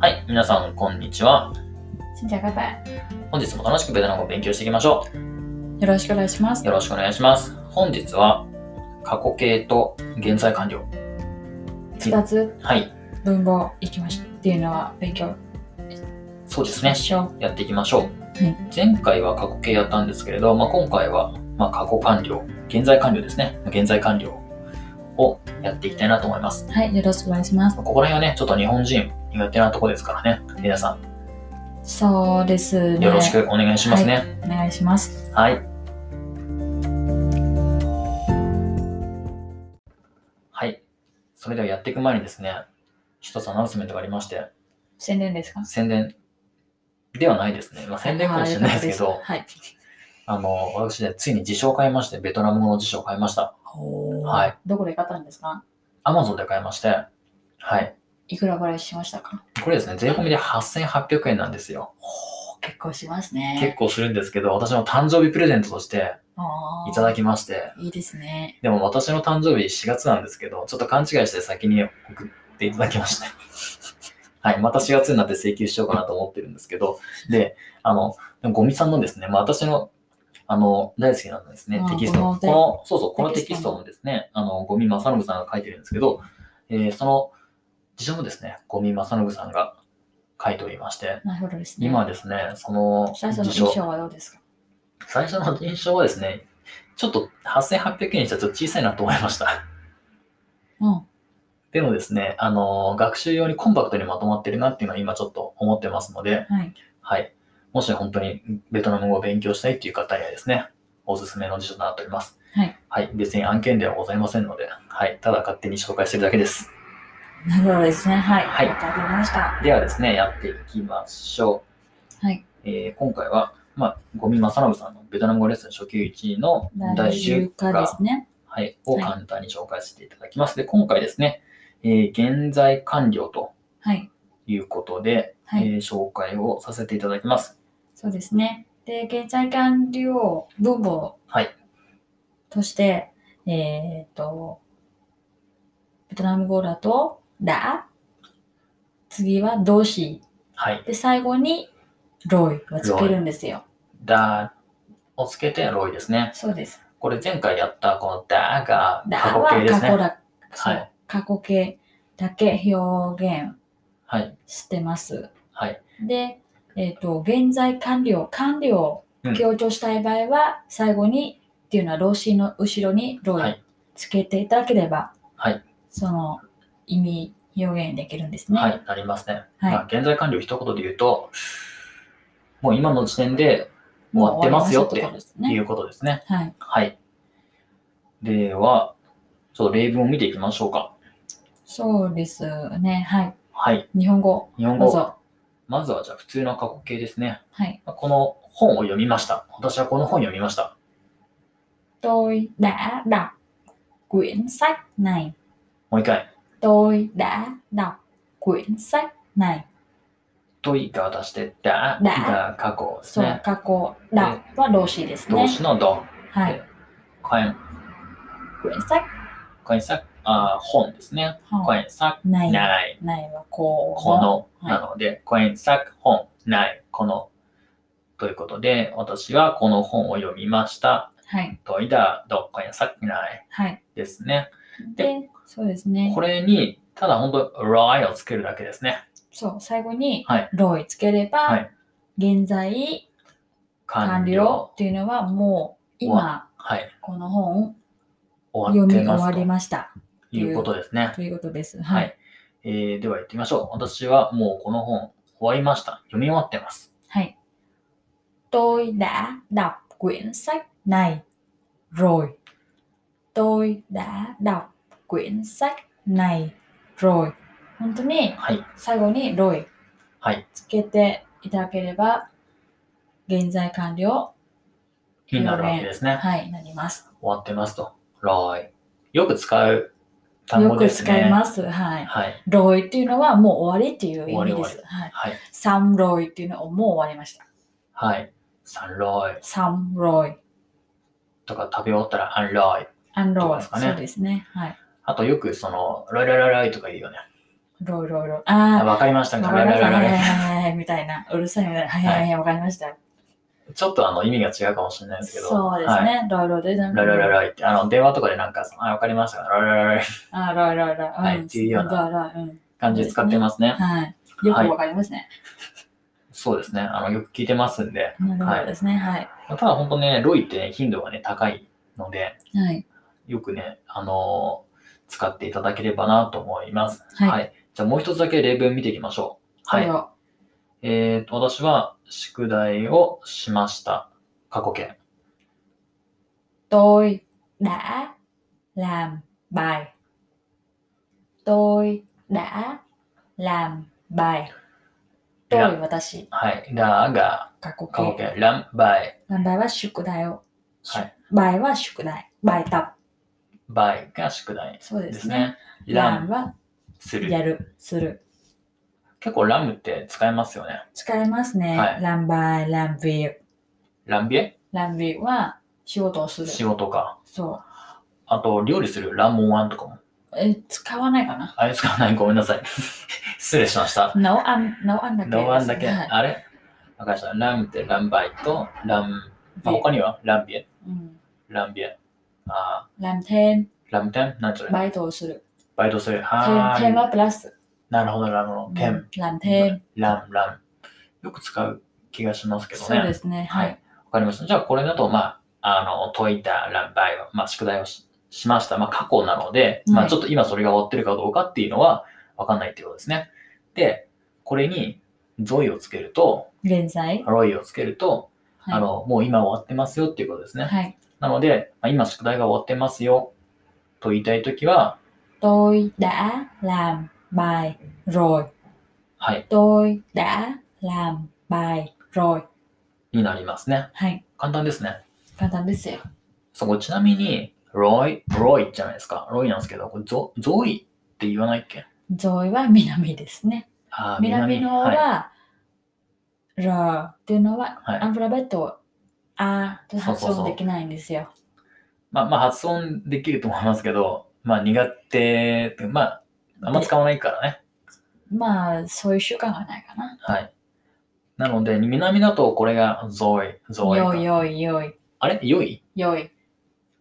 はい、皆さん、こんにちは。 xin chào các bạn, 本日も楽しくベトナム語を勉強していきましょよろしくお願いしますう。。よろしくお願いします。本日は、過去形と現在完了。二つはい、文法いきましょうっていうのは勉強そうですしねま。しょう。やっていきましょう。はい前回は過去形やったんですけれど、まあ、今回は、まあ、過去完了、現在完了ですね。現在完了をやっていきたいなと思います。はい、よろしくお願いします。ここら辺はね、ちょっと日本人苦手なとこですからね。皆さそうですん、ね。よろしくお願いしますね。お願いします。はい。はい。それではやっていく前にですね、一つアナウンスメントがありまして、宣伝ですか宣伝ではないですね。まあ、宣伝かもしれないですけど、はい。あの、私ね、ついに辞書を買いまして、ベトナム語の辞書を買いました。は。はいどこで買ったんですかアマゾンで買いまして、はい。いくら払いしましたかこれですね、税込みで8800円なんですよ。結構します結ね。構するんですけど、私の誕生日プレゼントとしていただきまして、いいですね。でも私の誕生日4月なんですけど、ちょっと勘違いして先に送ってい ただきました。はい、また4月になって請求しようかなと思ってるんですけど、で、あの、でもゴミさんのですね、まあ、私の、あの、大好きなですねあ、ーテキストゴの、マテこの、そうそう、このテテキキスストトのもですね、あの、ゴミ正信さんが書いてるんですけど、えーその、辞書もですね、ゴミ正信さんが書いておりまして、なるほどですね。今ですね、その最初の辞印書、象はどうですか最初の印象はですね、ちょっと8800円にしたらちょっと小さいなと思いました。うん。でもですね、あの学習用にコンパクトにまとまってるなっていうのは今ちょっと思ってますので、はい。はい。もし本当にベトナム語を勉強したいっていう方にはですね、おすすめの辞書となっております。はい。はい。別に案件ではございませんので、はい。ただ勝手に紹介してるだけです。なるほどですね。はい。はいわかりました。ではですね、やっていきましょう。はい。えー今回は、まあ、ゴミ正信さんのベトナム語レッスン初級1の第10第10課課ですね。はい、を簡単に紹介していただきます。で、今回ですね、えー現在完了とはい。いうことで、はい。えー紹介をさせていただきます。そうですね。で、現在完了文法はいとして、えっ、と、ベトナム語だと、だ、次は動詞、はい。で、最後に、ロイをつけるんですよ。だをつけてロイですね。そうです。これ前回やったこのだがだ過去形ではす過去ね。だ、そはうい。過去形だけ表現はい。してます。はい。で、えっ、と、現在完了、完了を強調したい場合は、最後にっていうのは動詞の後ろにロはイいつけていただければ、はいその意味表現できるんですね。ははい。い。なりますね。はいまあ、現在完了一言で言うと、もう今の時点で終わってますよってもう終わりましたといいうこうことですね。とですね。はい。はい。では、ちょっと例文を見ていきましょうか。そうですね。はい。はい。日本語、日本どう語。ぞ。まずはじゃあ普通の過去形ですね。はい。まあこの本を読みました。私はこの本を読みました。 tôi đã đọc quyển sách này. もう一回。 tôi đã đọc quyển sách này. といが出して、だ、だが過去ですそう、ね。過去、だは動詞です動ね。詞のど、はい。かえん、 quyển sách かえんさ、あー本ですね。 không かえんさ、 này ない、 này và cổ この、はいなので、かえんさ、本、ない、この。ということで、私はこの本を読みました。はいといだ、ど、かえんさ、ないはいですね。でそうですねこれに、ただ本当、らいをつけるだけですね。そう最後には「ロイ」つければ、はい現在完完了了。っていうのはもう終今はい。この本終わ読っみて終まわすりとましたいうことですね。ということですははいい。えーでは行ってみましょう。私はもうこの本終わりました。読み終わってます。はい「tôi đã đọc quyển sách này rồi tôi đã đọc quyển sách này rồi 本当にはい。最後に「ロイ」はい。つけていただければ、現在完了、になるわけですね。はい、なります。終わってますと。ロイ。よく使う単よ語くですね。使います。はい。はい。ロイっていうのはもう終わりっていう意味終でわりす。はい。はい。サムロイっていうのはもう終わりました。はい。サンロイサムロイ、とか食べ終わったらアンロイ。アンどうロイ。ですかねそうですね。はい。あとよくその、ロイロイロイロイとか言うよね。 rồi rồi rồi あ à わかりましたみたいわなかりましラたラララねみたいな、うるさいみたいな、はいはいはい、わかりました。ちょっとあの意味が違うかもしれないですけど、そうですはいね、ロイロイで、ララララララって、あの電話とかでなんか、あ、わかりました、ラララララあ、ロイロイロイ。はいっていうようなロイロイうん感じで使ってますね。はい。よくわかりますね。そうですね、あのよく聞いてますんで、なるほどですね、はい。ただ本当ね、ロイってね、頻度がね、高いので、はい。よくね、あのー使っていただければなと思います。はいじゃあもう一つだけ例文見ていきましょう。はい。はえーと、私は宿題をしました。過去形。 Tôi đã làm bài. Tôi đã làm bài. Tôi, 私、はい。だが、過去過去形。形。ラン、バイ。 làm bài は宿題を。はい。 bài は宿題。bài tập。バイが宿題そうでですすね。ね。ラ làm ン、はする。やる、する。結構ラムって使えますよね。使いますね。はい làm bài, làm việc。ランビエ làm việc は仕事をする。仕事か。そあと、料理する。ランモンワンとかも。う。え、使わないかなあれ使わない。ごめんなさい。 失礼しました。 nấu ăn, nấu ăn だけです。ランワンだけ。はいあれわかりました。ラムってランバイと、ラン、まあ、 việc 他にはランビエ、うんランビエ。あ làm thêm, ーラムテンなんそれバイトをする。バイトする。はー thêm, thêm い。はプラス。なるほど、なるほど。テン。Dạ. làm thêm。ラン、ラン。よく使う気がしますけどね。そうですね。ははいい。わかりました。じゃあ、これだと、まあ、あの、解いたランバイは、まあ、宿題をししました。まあ、過去なので、まはあ、いちょっと今それが終わってるかどうかっていうのは、わかんないっていうことですね。で、これに、ゾイをつけると、現在。ロイをつけると、はいあの、もう今終わってますよっていうことですね。はい。なので、まあ、今宿題が終わってますよと言いたいときは、 tôi đã làm bài rồi. はい、 tôi đã làm bài rồi. になりますね。はい。簡単ですね。簡単ですよ。そこ、ちなみに、ロイ、ロイじゃないですか。ロイなんですけど、これゾゾイって言わないっけゾイは 南ですね。あー南のはいは、らっていうのは、はいアルファベットをあーと発そうそうそ音うできないんですよ。まあ、まあ発音できると思いますけど、まあ苦手って、まあ、あんま使わないからね。まあ、そういう習慣がないかな。はい。なので、南だとこれがゾイ、ゾイよか。いよいよいあれよいよい。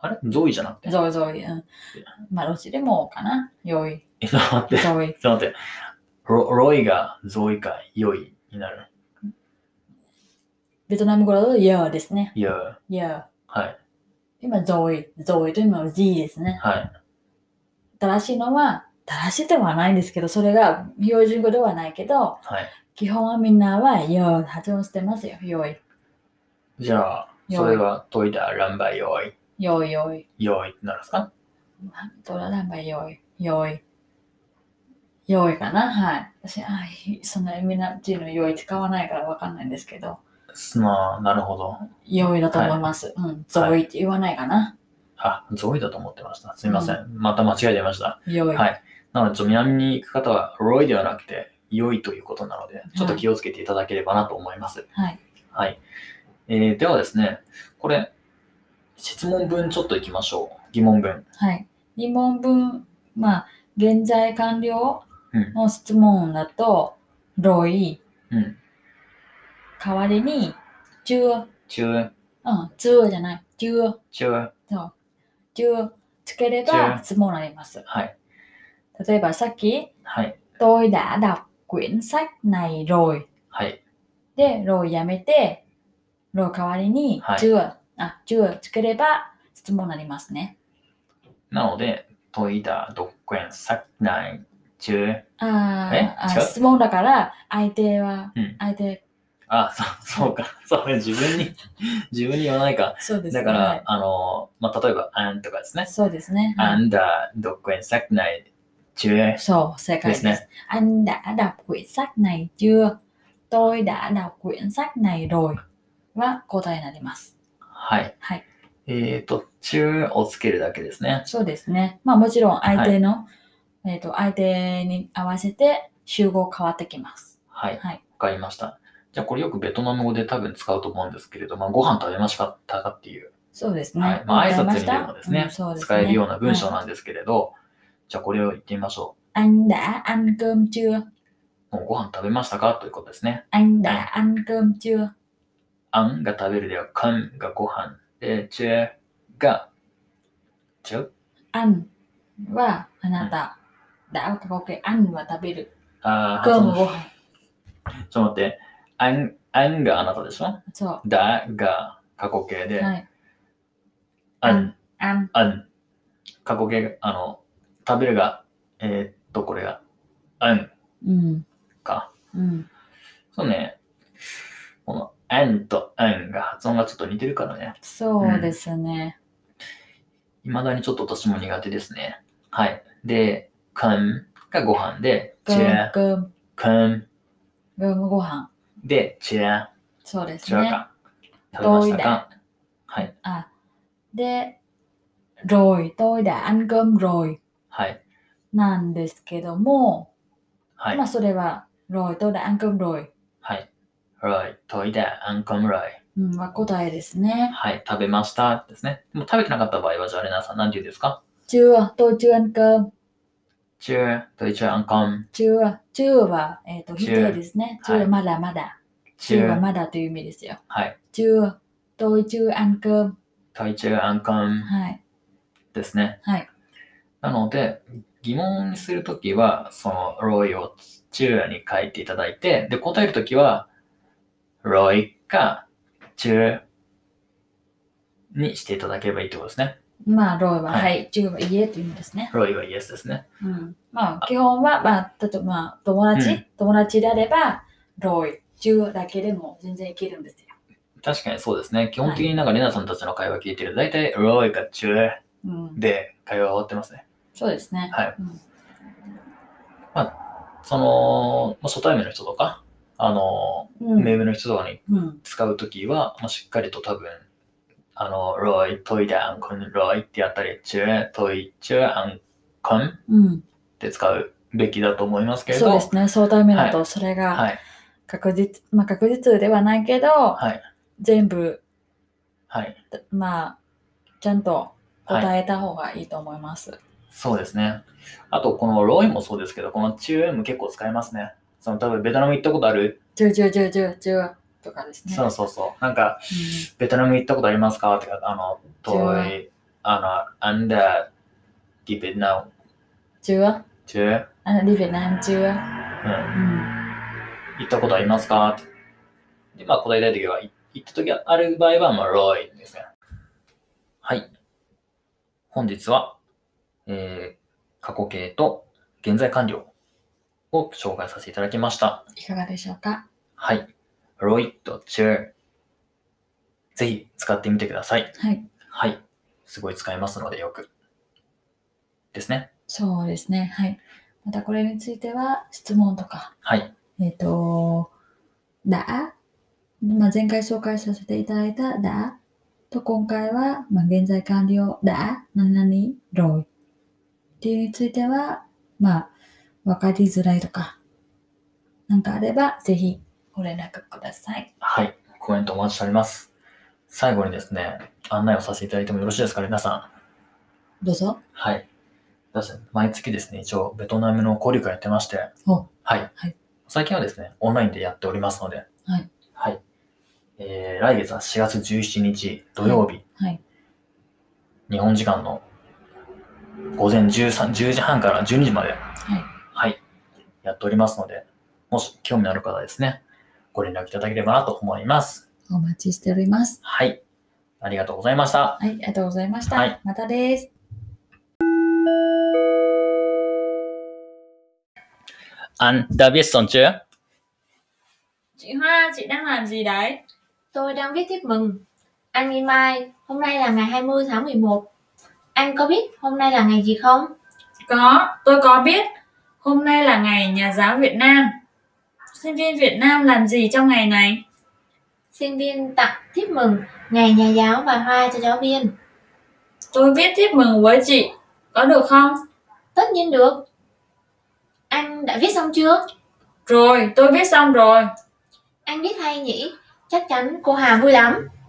あれゾイじゃなくて。ぞいぞい。うんまあ、どっちでもかな。よい。え、ちょっと待って。ちょっぞい。と待って。ロロイがゾイか、よいになる。ベトナム語だとよですね。いや、よ。はい。今、ぞい。ぞいと今、じですね。はい。正しいのは、正しいではないんですけど、それが標準語ではないけど、はい。基本はみんなは、よ発音してますよ。よい。じゃあ、よいそれは解いたランバイよい。よいよい。よいってなるんですかドラナンバーよい。よい。よいかなはい。私、あひそのみんな人のよい使わないからわかんないんですけど、すまあ、なるほど。よいだと思います。うん。ぞいって言わないかな。あ、ゾイだと思ってました。すみません。また間違えてました。よい。はいなので、ちょっと南に行く方は、ロイではなくて、良いということなので、ちょっと気をつけていただければなと思います。はい。はい。えーではですね、これ、質問文ちょっと行きましょう。疑問文。はい。疑問文、まあ、現在完了うんの質問だと、ロイ、うん。代わりに、中、うん、中、中じゃない、中、中、中、つければ質問になります。はい。例えばさっき、はい。 tôi đã đọc quyển sách này rồi。はい。で、ロイやめて、ロイ代わりに、はい中、あ、中つければ質問になりますね。なので、トイダ、ドックエン、サクナイ、中、あーえあ違う質問だから、相手は、うん相手、あ、そう、そうか。 そうね、自分に、 自分に言わないか。そうですだね。から、はいあの、まあ、例えば、アンとかですね。そうですね。アンダ、ドックエン、サクナイ、中、そう、正解です。ですね Anh đã đọc quyển sách này chưa? Tôi đã đọc quyển sách này rồi. は答えになります。はい。はいえっ、と、中をつけるだけですね。そうですね。まあもちろん相手の、えっ、と、相手に合わせて集合変わってきます。はい。はい。わかりました。じゃあ、これよくベトナム語で多分使うと思うんですけれど、まあ、ご飯食べましたかっていう、そうですはねい。まあ、わ挨かり拶まみしたいなのですね、うんそうですね使えるような文章なんですけれど、じゃあ、これを言ってみましょう。 Anh đã ăn cơm chưa? もうご飯食べましたかということですね。 Anh đã ăn cơm chưa? あんが食べるでは、かんがご飯で、ちゅが、ちゅ Anh và Anata đã có cái ăn và taberu. あー Cơm ちょ và ご飯。っと待って。あん、あんがあなたでしょそだが過去形う。で、はい。あん、 ăn あん。過去形が、あの、食べるが、えーっと、これが、あん Ừ. か。 Ừ. そうね。この、あんとあんが発音がちょっと似てるからね。そうですね。未だにちょっと私も苦手ですね。はい。で、かんがご飯で、ち Cơm, ゃ、 cơm, かん cơm và ご飯。で、ちゃ、そうでちすゃね。か。食べましたどういだかはい。 À. De rồi tôi đã ăn cơm rồi はい。なんですけども、はいまあ。それは rồi tôi đã ăn cơm rồi はい。right. トイレ、アンコムライ。うんは答えですね。はい。食べました。ですね。でも食べてなかった場合は、じゃあ、レナさん、なんて言うんですか chưa tôi chưa ăn cơm ちゅ、トイチュアンコム。 chưa chưa は、えー、と否 Chưa 定ですね。はい chưa まだまだち chưa ゅは、まだという意味ですよ。はい。 chưa tôi chưa ăn cơm トイチュアンコムはいですね。はいなので、疑問にするときは、その、ロイをチューに書いていただいて、で、答えるときは、ロイか、チューにしていただければいいってことですね。まあ rồi ははいはい chưa は家という意味ですね。ロイはイエスですね。うんまあ基本は、まあ、例えば、まあ、友達、う友達であれば rồi chưa だけでも全然いけるんですよ。確かにそうですね。基本的になんか、レナさんたちの会話聞いてると、大体、ロイかチューうん、で会話が終わってますね。そうですね。はいうんその、まあ初対面の人とか、あの、うん目上の人とかにうん、使うときは、まあ、しっかりと多分、あの、ロイ、トイダン、コン、ロイってやったり、チュー、トイ、チュー、アン、コンっうん、て使うべきだと思いますけれど、そうですね相対面だとそれがはい、確実、まあ、確実ではないけど、はい、全部はい、まあちゃんとはい、答えた方がいいと思います。そうですね。あと、このロイもそうですけど、このチューも結構使いますね。その多分ベトナム行ったことある、十十十十十とかですね。そうそうそう。なんか、ベトナム行ったことありますかってか、あの、トイ、あの、アンダー、ディベトナム、十はチュー、あのリベナン十は、うんう、ん、行ったことありますかってで、まあ、答えたいときは、い行ったときがある場合は、まあ、ロイですね。はい。本日は、えー、過去形と現在完了を紹介させていただきました。いかがでしょうか。はい。ロイとチュー。ぜひ使ってみてください。はい、はい。すごい使いますので、よく。ですね。そうですね。はい。またこれについては質問とか、はい。えっ、とだ、まあ前回紹介させていただいただと今回はまあ現在完了だ何々ロイっていうについてはまあ分かりづらいとかなんかあればぜひご連絡ください。はい。コメントお待ちしております。最後にですね、案内をさせていただいてもよろしいですか、皆さん。どうぞ。はい。私毎月ですね、一応ベトナムの交流会やってまして、おはい、はい最近はですね、オンラインでやっておりますので、はい。はい。えー、来月は4月17日土曜日、はい。日本時間の午前13、10時半から12時まで、はい。はい、やっておりますので、もし興味のある方はですね、ご連絡いただければなと思います。お待ちしております。はい。ありがとうございました。はい、ありがとうございました。はいまたです。アン・ダビエスソン中 Chị Hoa, chị đang làm gì đấy? Tôi đang viết thiếp mừng. Anh Minh Mai, hôm nay là ngày 20 tháng 11. Anh có biết hôm nay là ngày gì không? Có, tôi có biết. Hôm nay là ngày nhà giáo Việt Nam. Sinh viên Việt Nam làm gì trong ngày này? Sinh viên tặng thiếp mừng ngày nhà giáo và hoa cho giáo viên. Tôi viết thiếp mừng với chị. Có được không? Tất nhiên được. Anh đã viết xong chưa? Rồi, tôi viết xong rồi. Anh viết hay nhỉ? Chắc chắn cô Hà vui lắm.